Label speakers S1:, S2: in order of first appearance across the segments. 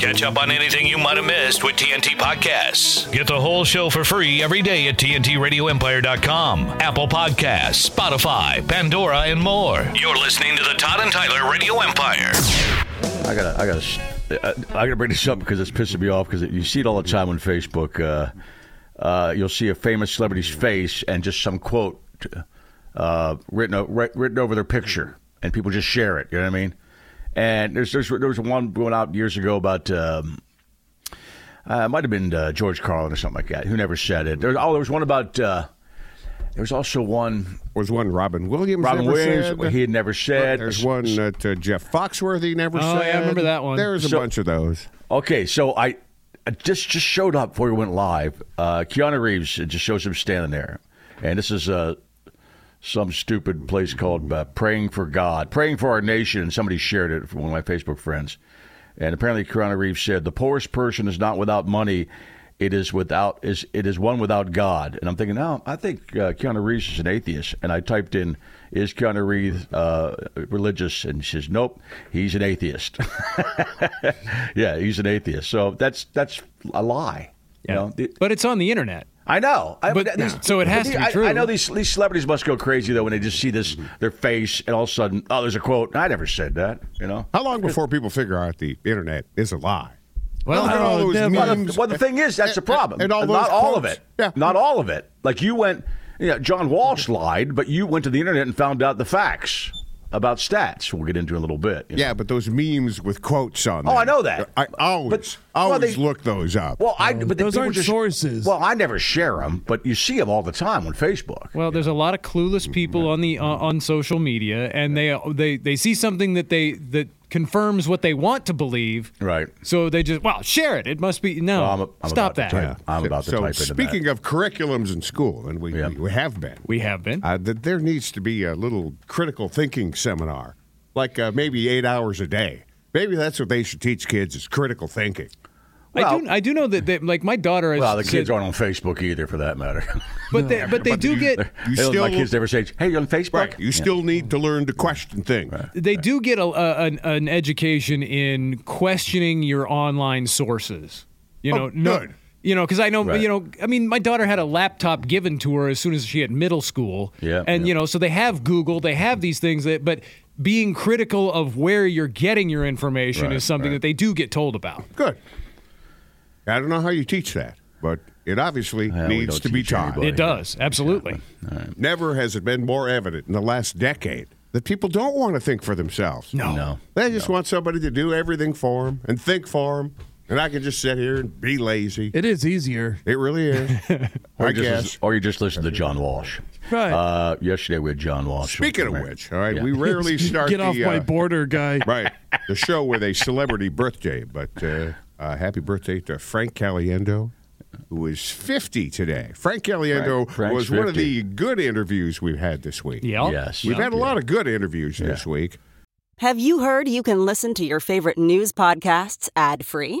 S1: Catch up on anything you might have missed with TNT Podcasts. Get the whole show for free every day at TNTRadioEmpire.com, Apple Podcasts, Spotify, Pandora, and more. You're listening to the Todd and Tyler Radio Empire.
S2: I gotta, I gotta, sh- I I gotta bring this up because it's pissing me off because you see it all the time on Facebook. Uh, uh, you'll see a famous celebrity's face and just some quote uh, written o- writ- written over their picture, and people just share it. You know what I mean? And there's there's there was one going out years ago about. Um, uh, it might have been uh, George Carlin or something like that. Who never said it? There's oh, there was one about. Uh, there was also one
S3: was one Robin Williams.
S2: Robin
S3: never
S2: Williams.
S3: said.
S2: what He had never said.
S3: There's one that uh, Jeff Foxworthy never
S4: Oh,
S3: said.
S4: yeah, I remember that one.
S3: There's a
S2: So-
S3: bunch of those.
S2: Okay, so I, I just just showed up before we went live. Uh, Keanu Reeves it just shows him standing there, and this is uh, some stupid place called uh, Praying for God, Praying for Our Nation, and somebody shared it from one of my Facebook friends, and apparently Keanu Reeves said, "The poorest person is not without money." It is without is it is one without God, and I'm thinking, oh, I think uh, Keanu Reeves is an atheist. And I typed in, "Is Keanu Reeves uh, religious?" And she says, "Nope, he's an atheist." Yeah, he's an atheist. So that's that's a lie. You know? The-
S4: But it's on the internet.
S2: I know. I,
S4: But- so it has to be
S2: I- I
S4: true.
S2: know these these celebrities must go crazy though when they just see this their face and all of a sudden, oh, there's a quote. I never said that. You know.
S3: How long before people figure out the internet is a lie?
S4: Well,
S3: Look at all those
S2: Well, the-
S3: memes.
S2: well, the thing is, that's the
S3: And-
S2: problem.
S3: and all
S2: Not
S3: those
S2: all of
S3: quotes.
S2: it.
S3: Yeah.
S2: Not all of it. Like you went, you know, John Walsh lied, but you went to the internet and found out the facts about stats. We'll get into in a little bit. you know.
S3: Yeah, but those memes with quotes on.
S2: Oh,
S3: them.
S2: I know that.
S3: I always
S2: But- well,
S3: always
S2: they-
S3: look those up.
S2: Well, I but the
S5: those
S2: people
S5: aren't
S2: just-
S5: sources.
S2: Well, I never share them, but you see them all the time on Facebook.
S4: Well, there's a lot of clueless people on the uh, on social media, and they they they see something that they that confirms what they want to believe.
S2: Right.
S4: So they just well share it. It must be no.
S2: Well, I'm- I'm
S4: stop
S2: about
S4: that.
S2: to type. I'm about to
S3: so
S2: type into
S3: speaking of curriculums in school, and we
S2: Yeah.
S3: we, we have been.
S4: We have been.
S3: uh, that there needs to be a little critical thinking seminar, like uh, maybe eight hours a day. Maybe that's what they should teach kids is critical thinking.
S4: I
S2: well-
S4: do I do know that they, like my daughter is.
S2: Well, the kids aren't on Facebook either, for that matter.
S4: But they, but they do get
S3: You
S2: They don't- my
S3: still-
S2: kids never say, "Hey, you on Facebook?"
S3: You still need to learn to question things.
S4: they do get a, a an, an education in questioning your online sources. You know,
S3: Oh,
S4: no,
S3: good.
S4: you know, because I know,
S2: Right.
S4: you know, I mean, my daughter had a laptop given to her as soon as she had middle school.
S2: Yeah,
S4: and
S2: yeah.
S4: you know, so they have Google, they have these things that, but being critical of where you're getting your information
S2: Right,
S4: is something that they do get told about.
S3: Good. I don't know how you teach that, but it obviously
S2: Yeah, we
S3: needs
S2: don't
S3: to be
S2: teach
S3: taught.
S2: anybody.
S4: It does absolutely.
S3: Never has it been more evident in the last decade that people don't want to think for themselves.
S4: No.
S2: No.
S3: They just want somebody to do everything for them and think for them. And I can just sit here and be lazy. It,
S5: It is easier.
S3: really is.
S2: Or
S3: I
S2: you, just,
S3: guess.
S2: listen- or you just listen to John Walsh.
S5: Right.
S2: Uh, yesterday we had John Walsh.
S3: Speaking of
S2: Right.
S3: which, all right,
S2: Yeah.
S3: we rarely start
S5: Get
S3: the,
S5: off my
S3: uh,
S5: border, guy.
S3: right the show with a celebrity birthday. But uh, uh, happy birthday to Frank Caliendo, who is 50 today. Frank Caliendo
S2: Frank- Frank's
S3: was one of
S2: 50.
S3: the good interviews we've had this week.
S4: Yeah.
S2: Yes.
S3: We've had a lot of good interviews this week.
S6: Have you heard you can listen to your favorite news podcasts ad free?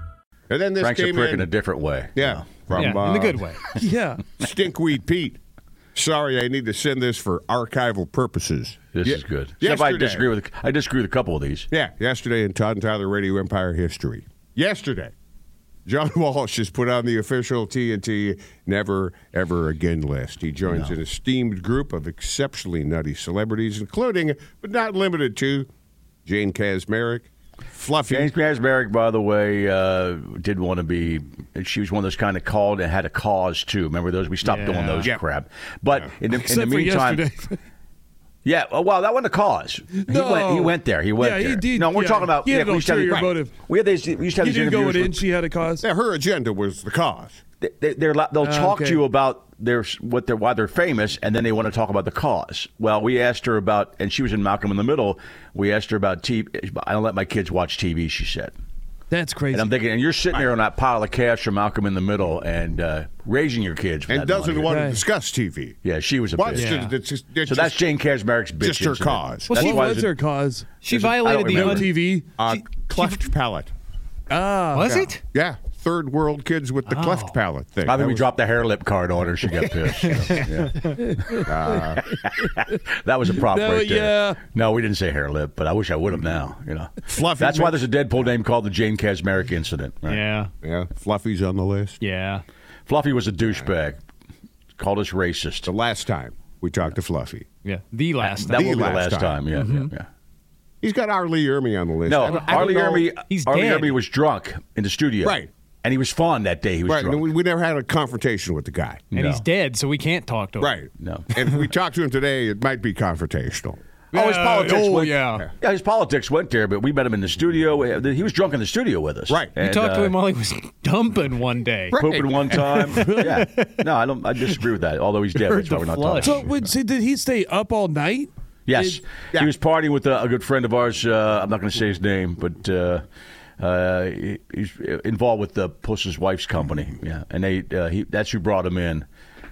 S3: And then this
S2: Frank's a
S3: came
S2: prick in
S3: in.
S2: a different way.
S3: yeah, from
S4: yeah, in the
S3: uh,
S4: good way. Yeah.
S3: Stinkweed Pete. Sorry, I need to send this for archival purposes.
S2: This
S3: Ye-
S2: is good. Except I
S3: yesterday-
S2: disagree with I disagree with a couple of these.
S3: Yeah, yesterday in Todd and Tyler Radio Empire history. Yesterday, John Walsh has put on the official TNT Never Ever Again list. He joins an esteemed group of exceptionally nutty celebrities, including, but not limited to, Jane Kasmerick, Fluffy.
S2: James Raspberry, by the way, uh, did want to be. She was one of those kind of called and had a cause too. Remember those? We stopped doing those
S3: Yeah.
S2: crap. But in the, in the
S7: Except for
S2: meantime,
S7: yesterday.
S2: yeah. Oh, wow, that wasn't a cause. He went. He
S7: No.
S2: went there. He went
S7: Yeah,
S2: there.
S7: he did,
S2: No, we're
S7: yeah.
S2: talking about.
S7: He had
S2: yeah,
S7: an
S2: we used to have these-
S7: ulterior motive.
S2: We had these. We used to have
S7: He
S2: these
S7: didn't go
S2: interviews.
S7: in.
S2: with-
S7: She had a cause.
S3: Yeah, her agenda was the cause.
S2: they, they're, li- they'll talk
S7: Oh, okay.
S2: to you about their what they're why they're famous, and then they want to talk about the cause. Well, we asked her about, and she was in Malcolm in the Middle. We asked her about TV. I don't let my kids watch TV. She said,
S7: That's crazy.
S2: and I'm thinking, and you're sitting there on that pile of cash from Malcolm in the Middle, and uh, raising your kids, with
S3: And
S2: that
S3: doesn't
S2: money.
S3: want to
S7: Right.
S3: discuss TV.
S2: Yeah, she was a
S3: Wants
S2: bitch.
S3: to- that's just- that's
S2: So that's
S3: just-
S2: Jane Kasmerick's bitch.
S3: just her
S2: incident.
S3: cause.
S7: well,
S2: That's
S7: she
S2: why
S7: was
S2: there's a-
S7: her cause.
S4: She
S2: There's a- I don't
S4: violated the
S2: remember.
S7: No
S4: un-
S7: TV.
S3: Uh, cleft palate.
S7: Ah,
S4: Was it?
S3: Yeah, third world kids with the cleft palate thing.
S2: I
S3: That
S2: think Oh. we
S3: was-
S2: dropped the hair lip card on her. She got pissed. Yeah. that was a prop
S7: No,
S2: right there.
S7: yeah.
S2: No, we didn't say hair lip, but I wish I would have now. You know,
S3: Fluffy
S2: That's why
S3: ma-
S2: there's a Deadpool name called the Jane Kasmerick incident. right?
S4: Yeah.
S3: Yeah, Fluffy's on the list.
S4: Yeah.
S2: Fluffy was a douchebag. Called us racist.
S3: The last time we talked to Fluffy,
S4: Yeah. The last.
S2: that
S3: the
S2: will be the
S3: last
S2: last
S3: time.
S2: time. Yeah,
S7: Mm-hmm.
S2: yeah, yeah.
S3: he's got Arlie Ermy on the list. I
S2: No,
S3: don't- I don't
S2: Arlie
S3: know-
S2: Ermy.
S4: He's
S2: Arlie
S4: dead.
S2: Ermy was drunk in the studio.
S3: Right.
S2: And he was fun that day. He was
S3: Right,
S2: drunk.
S3: and we, we never had a confrontation with the guy.
S4: and
S2: No.
S4: he's dead, so we can't talk to him.
S3: Right.
S2: No.
S3: and if we talked to him today, it might be confrontational.
S2: Oh, his
S4: Yeah,
S2: politics.
S4: oh,
S2: went,
S4: yeah.
S2: yeah. His politics went there, but we met him in the studio. He was drunk in the studio with us.
S3: Right.
S4: We
S2: And,
S4: talked to
S2: uh,
S4: him while he was dumping one day.
S2: Pooping one time. yeah. No, I don't. I disagree with that. Although he's dead,
S4: Heard
S2: that's why
S4: the
S2: we're not
S4: flood.
S2: talking.
S7: So, wait, see, did he stay up all night?
S2: Yes,
S3: yeah.
S2: he was partying with a, a good friend of ours. Uh, I'm not going to say his name, but uh, uh, he- he's involved with the Puss's wife's company. Yeah, and they uh, he, that's who brought him in,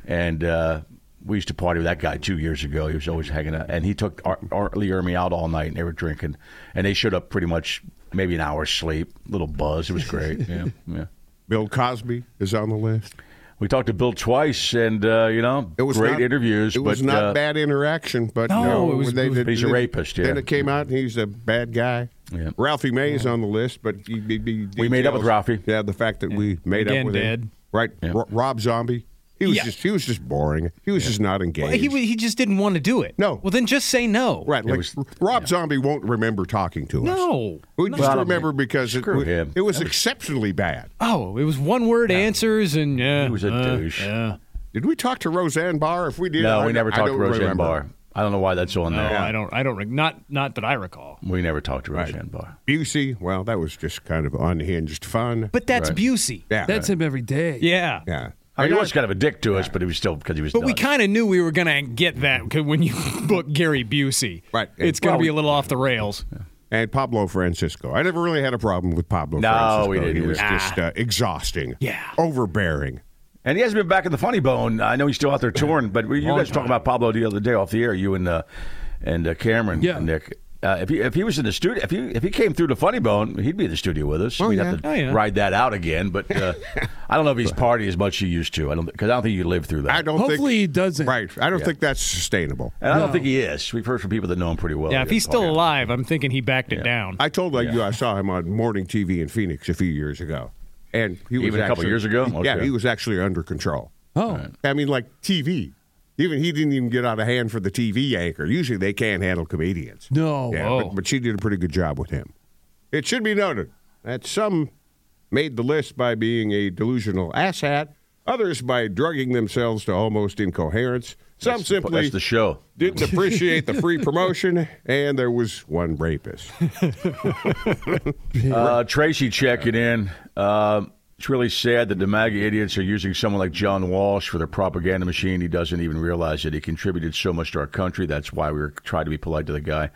S2: and uh, we used to party with that guy two years ago. He was always hanging out, and he took Ar- Ar- Lee Ermey out all night, and they were drinking, and they showed up pretty much maybe an hour's sleep, little buzz. It was great. yeah, yeah.
S3: Bill Cosby is on the list.
S2: We talked to Bill twice, and uh, you know,
S3: It was
S2: great
S3: not-
S2: interviews.
S3: It was
S2: but,
S3: not
S2: uh,
S3: bad interaction, but
S4: No,
S3: no,
S4: it was-
S3: they,
S4: it was-
S3: they-
S2: He's a
S3: they-
S2: rapist, yeah.
S3: Then it came out, and he's a bad guy.
S2: Yeah.
S3: Ralphie May is on the list, but he, he- he-
S2: We made up with
S3: details-
S2: Ralphie.
S3: Yeah, the fact that we made
S4: Again,
S3: up with
S4: dead.
S3: him. Right, Ro- Rob Zombie. He was just he was just boring. He was just not engaged.
S4: Well, he, he just didn't want to do it.
S3: No.
S4: Well, then just say no.
S3: Right, like Rob Zombie won't remember talking to us.
S4: No.
S3: we just remember because it,
S2: Screw
S3: wa-
S2: him.
S3: it was exceptionally bad.
S4: Oh, it was one word answers and yeah.
S2: He was a
S4: uh,
S2: douche.
S4: Yeah.
S3: Did we talk to Roseanne Barr? If we did,
S2: No,
S3: I
S2: we
S3: don't-
S2: never
S3: I
S2: talked to
S3: don't
S2: Roseanne
S3: remember.
S2: Barr. I don't know why that's on
S4: No,
S2: there.
S4: I don't. I don't. rec- Not. Not that I recall.
S2: We never talked to Roseanne Barr.
S3: Busey. Well, that was just kind of unhinged fun.
S4: But that's Busey.
S3: yeah, uh,
S7: That's him every day.
S4: Yeah.
S3: yeah.
S2: I mean, he was kind of a dick to us, but he was still because he was.
S4: But we
S2: nuts.
S4: kind of knew we were gonna get that 'cause when you book Gary Busey,
S3: Right.
S4: It's gonna
S3: Well,
S4: be a little off the rails.
S3: And Pablo Francisco. I never really had a problem with Pablo
S2: No,
S3: Francisco.
S2: we didn't
S3: He was
S2: either.
S3: just uh, exhausting.
S4: Yeah.
S3: Overbearing.
S2: and he hasn't been back in the funny bone. I know he's still out there touring, but we, you guys were talking about Pablo the other day off the air. You and uh, and uh, Cameron,
S7: Yeah.
S2: Nick. Uh, if he if he was in the studio, if he if he came through the funny bone, he'd be in the studio with us. We'd have to
S4: Oh, yeah.
S2: ride that out again. But uh, I don't know if he's partying as much as he used to. I don't because I don't think you live through that.
S3: I don't think.
S7: Hopefully he doesn't.
S3: Right. I don't think that's sustainable.
S2: and I don't think he is. We've heard from people that know him pretty well. Oh,
S4: yeah. If he's still alive, I'm thinking he backed it down.
S3: I told like you I saw him on morning TV in Phoenix a few years ago, and he was
S2: Even a couple
S3: actually-
S2: years ago?
S3: Yeah,
S2: Okay.
S3: he was actually under control.
S7: Oh.
S3: I mean, like TV. Even he didn't even get out of hand for the TV anchor. Usually they can't handle comedians.
S7: No.
S3: yeah,
S4: whoa.
S2: Oh.
S3: but, but she did a pretty good job with him. It should be noted that some made the list by being a delusional asshat, others by drugging themselves to almost incoherence. Some
S2: That's the-
S3: simply
S2: that's the show.
S3: didn't appreciate the free promotion, and there was one rapist.
S2: Uh, Tracy checking in. Um It's really sad that the MAGA idiots are using someone like John Walsh for their propaganda machine. He doesn't even realize it. He contributed so much to our country. That's why we were trying to be polite to the guy,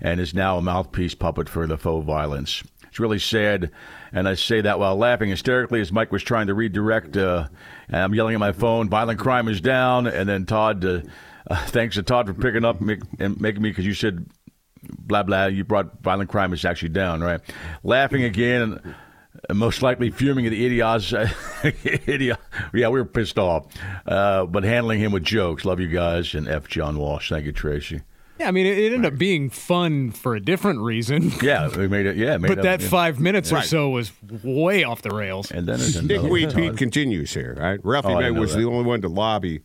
S2: and is now a mouthpiece puppet for the faux violence. It's really sad, and I say that while laughing hysterically as Mike was trying to redirect. Uh, and I'm yelling at my phone, "Violent crime is down!" And then Todd, uh, uh, thanks to Todd for picking up me, and making me because you said blah blah. You brought violent crime is actually down, right? Laughing again, and uh, most likely fuming at the idiots. idiot. Yeah, we were pissed off, uh, but handling him with jokes. Love you guys and f John Walsh. Thank you, Tracy.
S4: Yeah, I mean, it, it ended up being fun for a different reason.
S2: Yeah, we made it. Yeah, made
S4: But
S2: up,
S4: that
S2: yeah.
S4: five minutes or
S3: Right.
S4: so was way off the rails.
S2: And then there's another
S3: Dickweed
S2: Todd.
S3: Pete continues here. Right? Ralphie
S2: Oh, I
S3: May
S2: know
S3: was
S2: that.
S3: the only one to lobby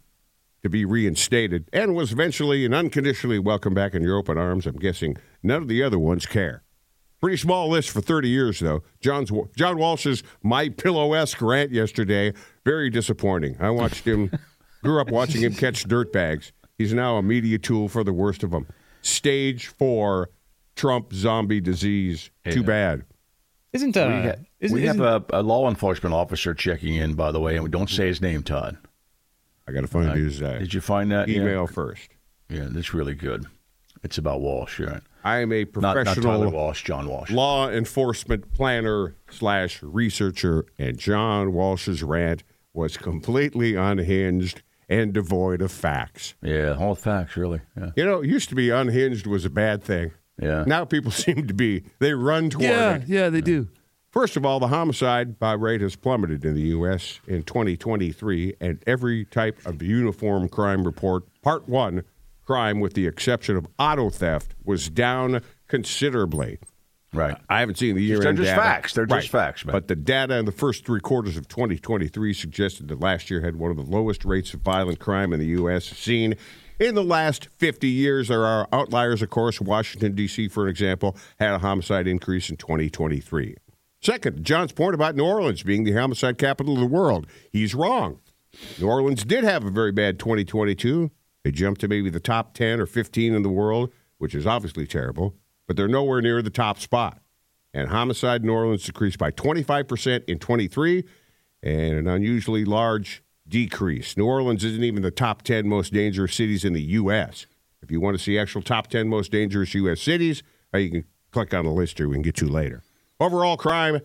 S3: to be reinstated and was eventually and unconditionally welcomed back in your open arms. I'm guessing none of the other ones care. Pretty small list for 30 years, though. John's John Walsh's My Pillow esque rant yesterday very disappointing. I watched him, grew up watching him catch dirt bags. He's now a media tool for the worst of them. Stage four, Trump zombie disease. Too bad.
S4: Isn't uh,
S2: We, ha-
S4: isn't,
S2: we have
S4: isn't-
S2: a, a law enforcement officer checking in, by the way, and we don't say his name, Todd.
S3: I got to find his uh,
S2: Did you find that Yeah.
S3: email first.
S2: Yeah, that's really good. It's about Walsh, yeah.
S3: I am a
S2: Not, not Tyler
S3: professional
S2: Walsh, John Walsh.
S3: law enforcement planner slash researcher, and John Walsh's rant was completely unhinged and devoid of facts.
S2: Yeah, all facts, really. Yeah.
S3: You know, it used to be unhinged was a bad thing.
S2: Yeah.
S3: Now people seem to be they run toward
S7: Yeah,
S3: it.
S7: yeah, they do.
S3: First of all, the homicide by rate has plummeted in the U.S. in 2023, and every type of uniform crime report, part one, crime with the exception of auto theft, was down considerably.
S2: Right.
S3: I haven't seen the year.
S2: They're just facts. They're just facts, man.
S3: But the data in the first three quarters of 2023 suggested that last year had one of the lowest rates of violent crime in the U.S. seen in the last 50 years. There are outliers, of course. Washington D.C., for example, had a homicide increase in 2023. Second, John's point about New Orleans being the homicide capital of the world, he's wrong. New Orleans did have a very bad 2022. They jumped to maybe the top 10 or 15 in the world, which is obviously terrible, but they're nowhere near the top spot. And homicide in New Orleans decreased by 25% in 23 and an unusually large decrease. New Orleans isn't even the top 10 most dangerous cities in the U.S. If you want to see actual top 10 most dangerous U.S. cities, uh, you can click on the list here. We can get you later. Overall crime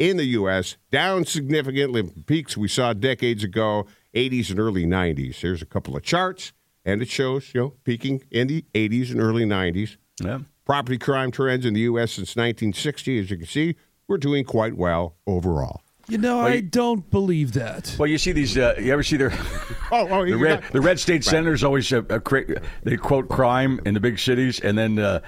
S3: in the U.S. down significantly from peaks we saw decades ago, 80s and early 90s. Here's a couple of charts, and it shows, you know, peaking in the 80s and early 90s.
S2: Yeah.
S3: Property crime trends in the U.S. since 1960, as you can see, we're doing quite well overall.
S7: You know, I don't believe that.
S2: Well, you see these. Uh, you ever see their
S3: Oh, oh,
S2: the
S3: you
S2: red
S3: got-
S2: the red state senators always uh, uh, cre- they quote crime in the big cities and then uh,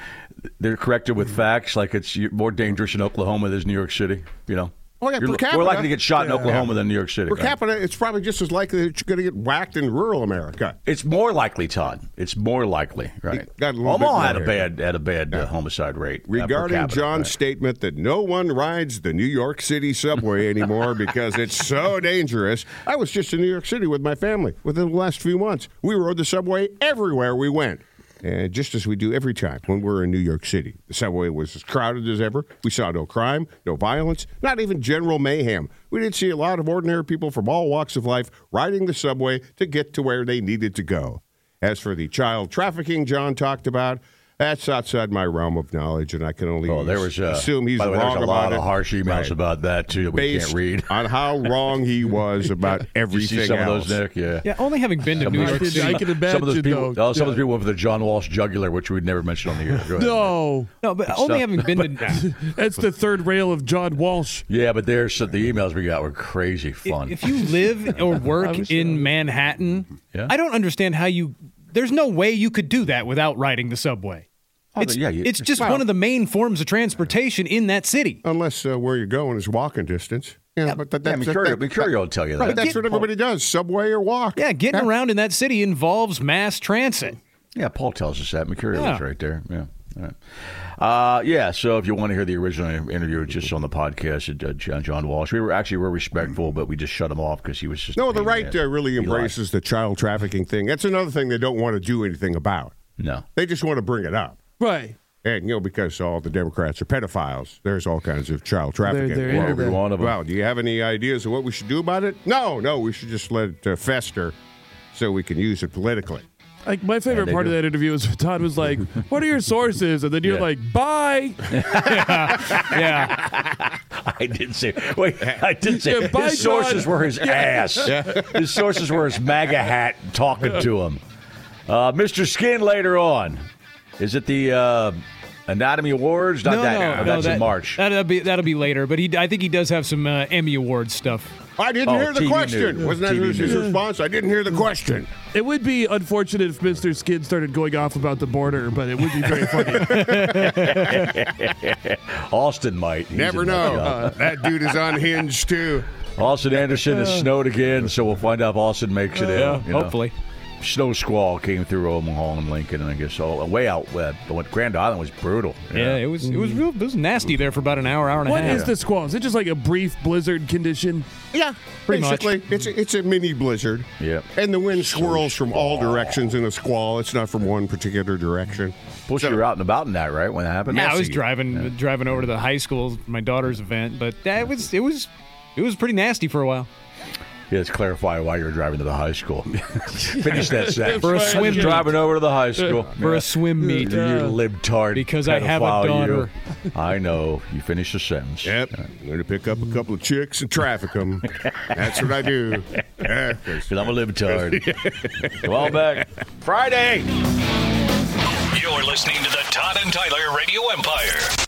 S2: they're corrected
S3: Mm-hmm.
S2: with facts like it's more dangerous in Oklahoma than New York City. You know,
S3: Oh, yeah,
S2: You're-
S3: per capita.
S2: we're likely to get shot in Oklahoma than New York City.
S3: Per
S2: right?
S3: capita, it's probably just as likely that you're going to get whacked in rural America.
S2: It's more likely, Todd. It's more likely, right?
S3: It got a little bit
S2: Omaha
S3: more
S2: had a
S3: here.
S2: bad had a bad uh, homicide rate uh, per
S3: Regarding
S2: capita, right.
S3: John's statement that no one rides the New York City subway anymore because it's so dangerous, I was just in New York City with my family within the last few months. We rode the subway everywhere we went. And just as we do every time when we're in New York City, the subway was as crowded as ever. We saw no crime, no violence, not even general mayhem. We did see a lot of ordinary people from all walks of life riding the subway to get to where they needed to go. As for the child trafficking John talked about, that's outside my realm of knowledge, and I can only
S2: Oh, there was uh,
S3: assume he's
S2: by the way, there
S3: wrong
S2: was a
S3: about
S2: lot
S3: it.
S2: of harsh emails
S3: Right.
S2: about that too that we
S3: Based
S2: can't read.
S3: on how wrong he was about
S2: You
S3: everything
S2: see some
S3: else.
S2: of those, Nick? Yeah.
S4: yeah, only having been to
S2: Some
S4: New
S2: of
S4: York
S2: those-
S7: did-
S4: City.
S7: I could
S2: Some of those
S7: imagine,
S2: people,
S7: though.
S2: oh, some of
S7: Yeah.
S2: those people with the John Walsh jugular, which we'd never mention on the air. Go ahead.
S7: No,
S4: No, but only having been to.
S7: that's the third rail of John Walsh.
S2: Yeah, but there's so the emails we got were crazy fun.
S4: If you live or work in Manhattan,
S2: Yeah.
S4: I don't understand how you. There's no way you could do that without riding the subway.
S2: Oh,
S4: it's,
S2: yeah, you-
S4: it's just one of the main forms of transportation in that city.
S3: Unless uh, where you're going is walking distance. Yeah, but that,
S2: yeah,
S3: that's,
S2: Mercurio-
S3: that- that-
S2: Mercurio will tell you
S3: Right,
S2: that.
S3: that's what everybody does, subway or walk.
S4: Yeah, getting
S3: That-
S4: around in that city involves mass transit.
S2: yeah, Paul tells us that. Mercurio
S4: Yeah.
S2: is right there. Yeah. All right. Uh, yeah, so if you want to hear the original interview, it's just on the podcast, uh, John, John Walsh. We were actually were respectful, but we just shut him off because he was just. a
S3: No, the
S2: pain in
S3: right
S2: ass.
S3: uh, really
S2: He lied.
S3: embraces the child trafficking thing. That's another thing they don't want to do anything about.
S2: No.
S3: They just want to bring it up.
S7: Right.
S3: And, you know, because all the Democrats are pedophiles, there's all kinds of child trafficking.
S7: they're
S3: Well,
S7: into
S3: we
S7: that.
S3: want to- Well, do you have any ideas of what we should do about it? No, no, we should just let it uh, fester so we can use it politically.
S7: Like my favorite
S2: they
S7: part
S2: do.
S7: of that interview was Todd was like, "What are your sources?" And then you're
S2: Yeah.
S7: like, "Bye,
S4: Yeah.
S2: I did say. Wait, I did say.
S7: Yeah, by
S2: his sources
S7: God.
S2: were his ass. His sources were his MAGA hat talking to him. Uh, Mr. Skin later on. Is it the uh, Anatomy Awards? Not
S4: no,
S2: that.
S4: no, no,
S2: that's
S4: that,
S2: in March.
S4: That'll be that'll be later. But he, I think he does have some uh, Emmy Award stuff.
S3: I didn't
S2: Oh,
S3: hear the
S2: TV
S3: question.
S2: news.
S3: Wasn't that
S2: TV
S3: his his
S2: news.
S3: response? I didn't hear the question.
S7: It would be unfortunate if Mr. Skid started going off about the border, but it would be very funny.
S2: Austin might. He's
S3: Never
S2: in that
S3: know. Uh,
S2: job.
S3: that dude is unhinged, too.
S2: Austin Anderson is snowed again, so we'll find out if Austin makes it in. you know.
S4: Uh. Hopefully.
S2: Snow squall came through Omaha and Lincoln, and I guess all way out. Uh, but Grand Island was brutal.
S4: Yeah. it was it was
S2: Mm.
S4: real it was nasty there for about an hour, hour and
S7: What
S4: a half.
S7: is the squall? Is it just like a brief blizzard condition?
S3: Yeah,
S4: Pretty much.
S3: basically, it's a, it's a mini blizzard.
S2: Yep.
S3: and the wind swirls from all directions in a squall. It's not from one particular direction.
S2: Plus, you were out and about in that, right? When that happened?
S4: Yeah, I was
S3: messy.
S4: driving driving over to the high school my daughter's event, but that was it was it was pretty nasty for a while.
S2: Yeah, let's clarify why you were driving to the high school. Finish that sentence.
S4: For a swim meet.
S2: driving over to the high school
S4: For a swim meet.
S2: You libtard.
S4: Because I have a
S2: pedophile, you.
S4: daughter.
S2: I know. You finish the sentence.
S3: Yep, I'm going to pick up a couple of chicks and traffic them. That's what I do. Yeah, 'cause-
S2: 'Cause I'm a libtard. Come on back. Friday.
S1: You're listening to the Todd and Tyler Radio Empire.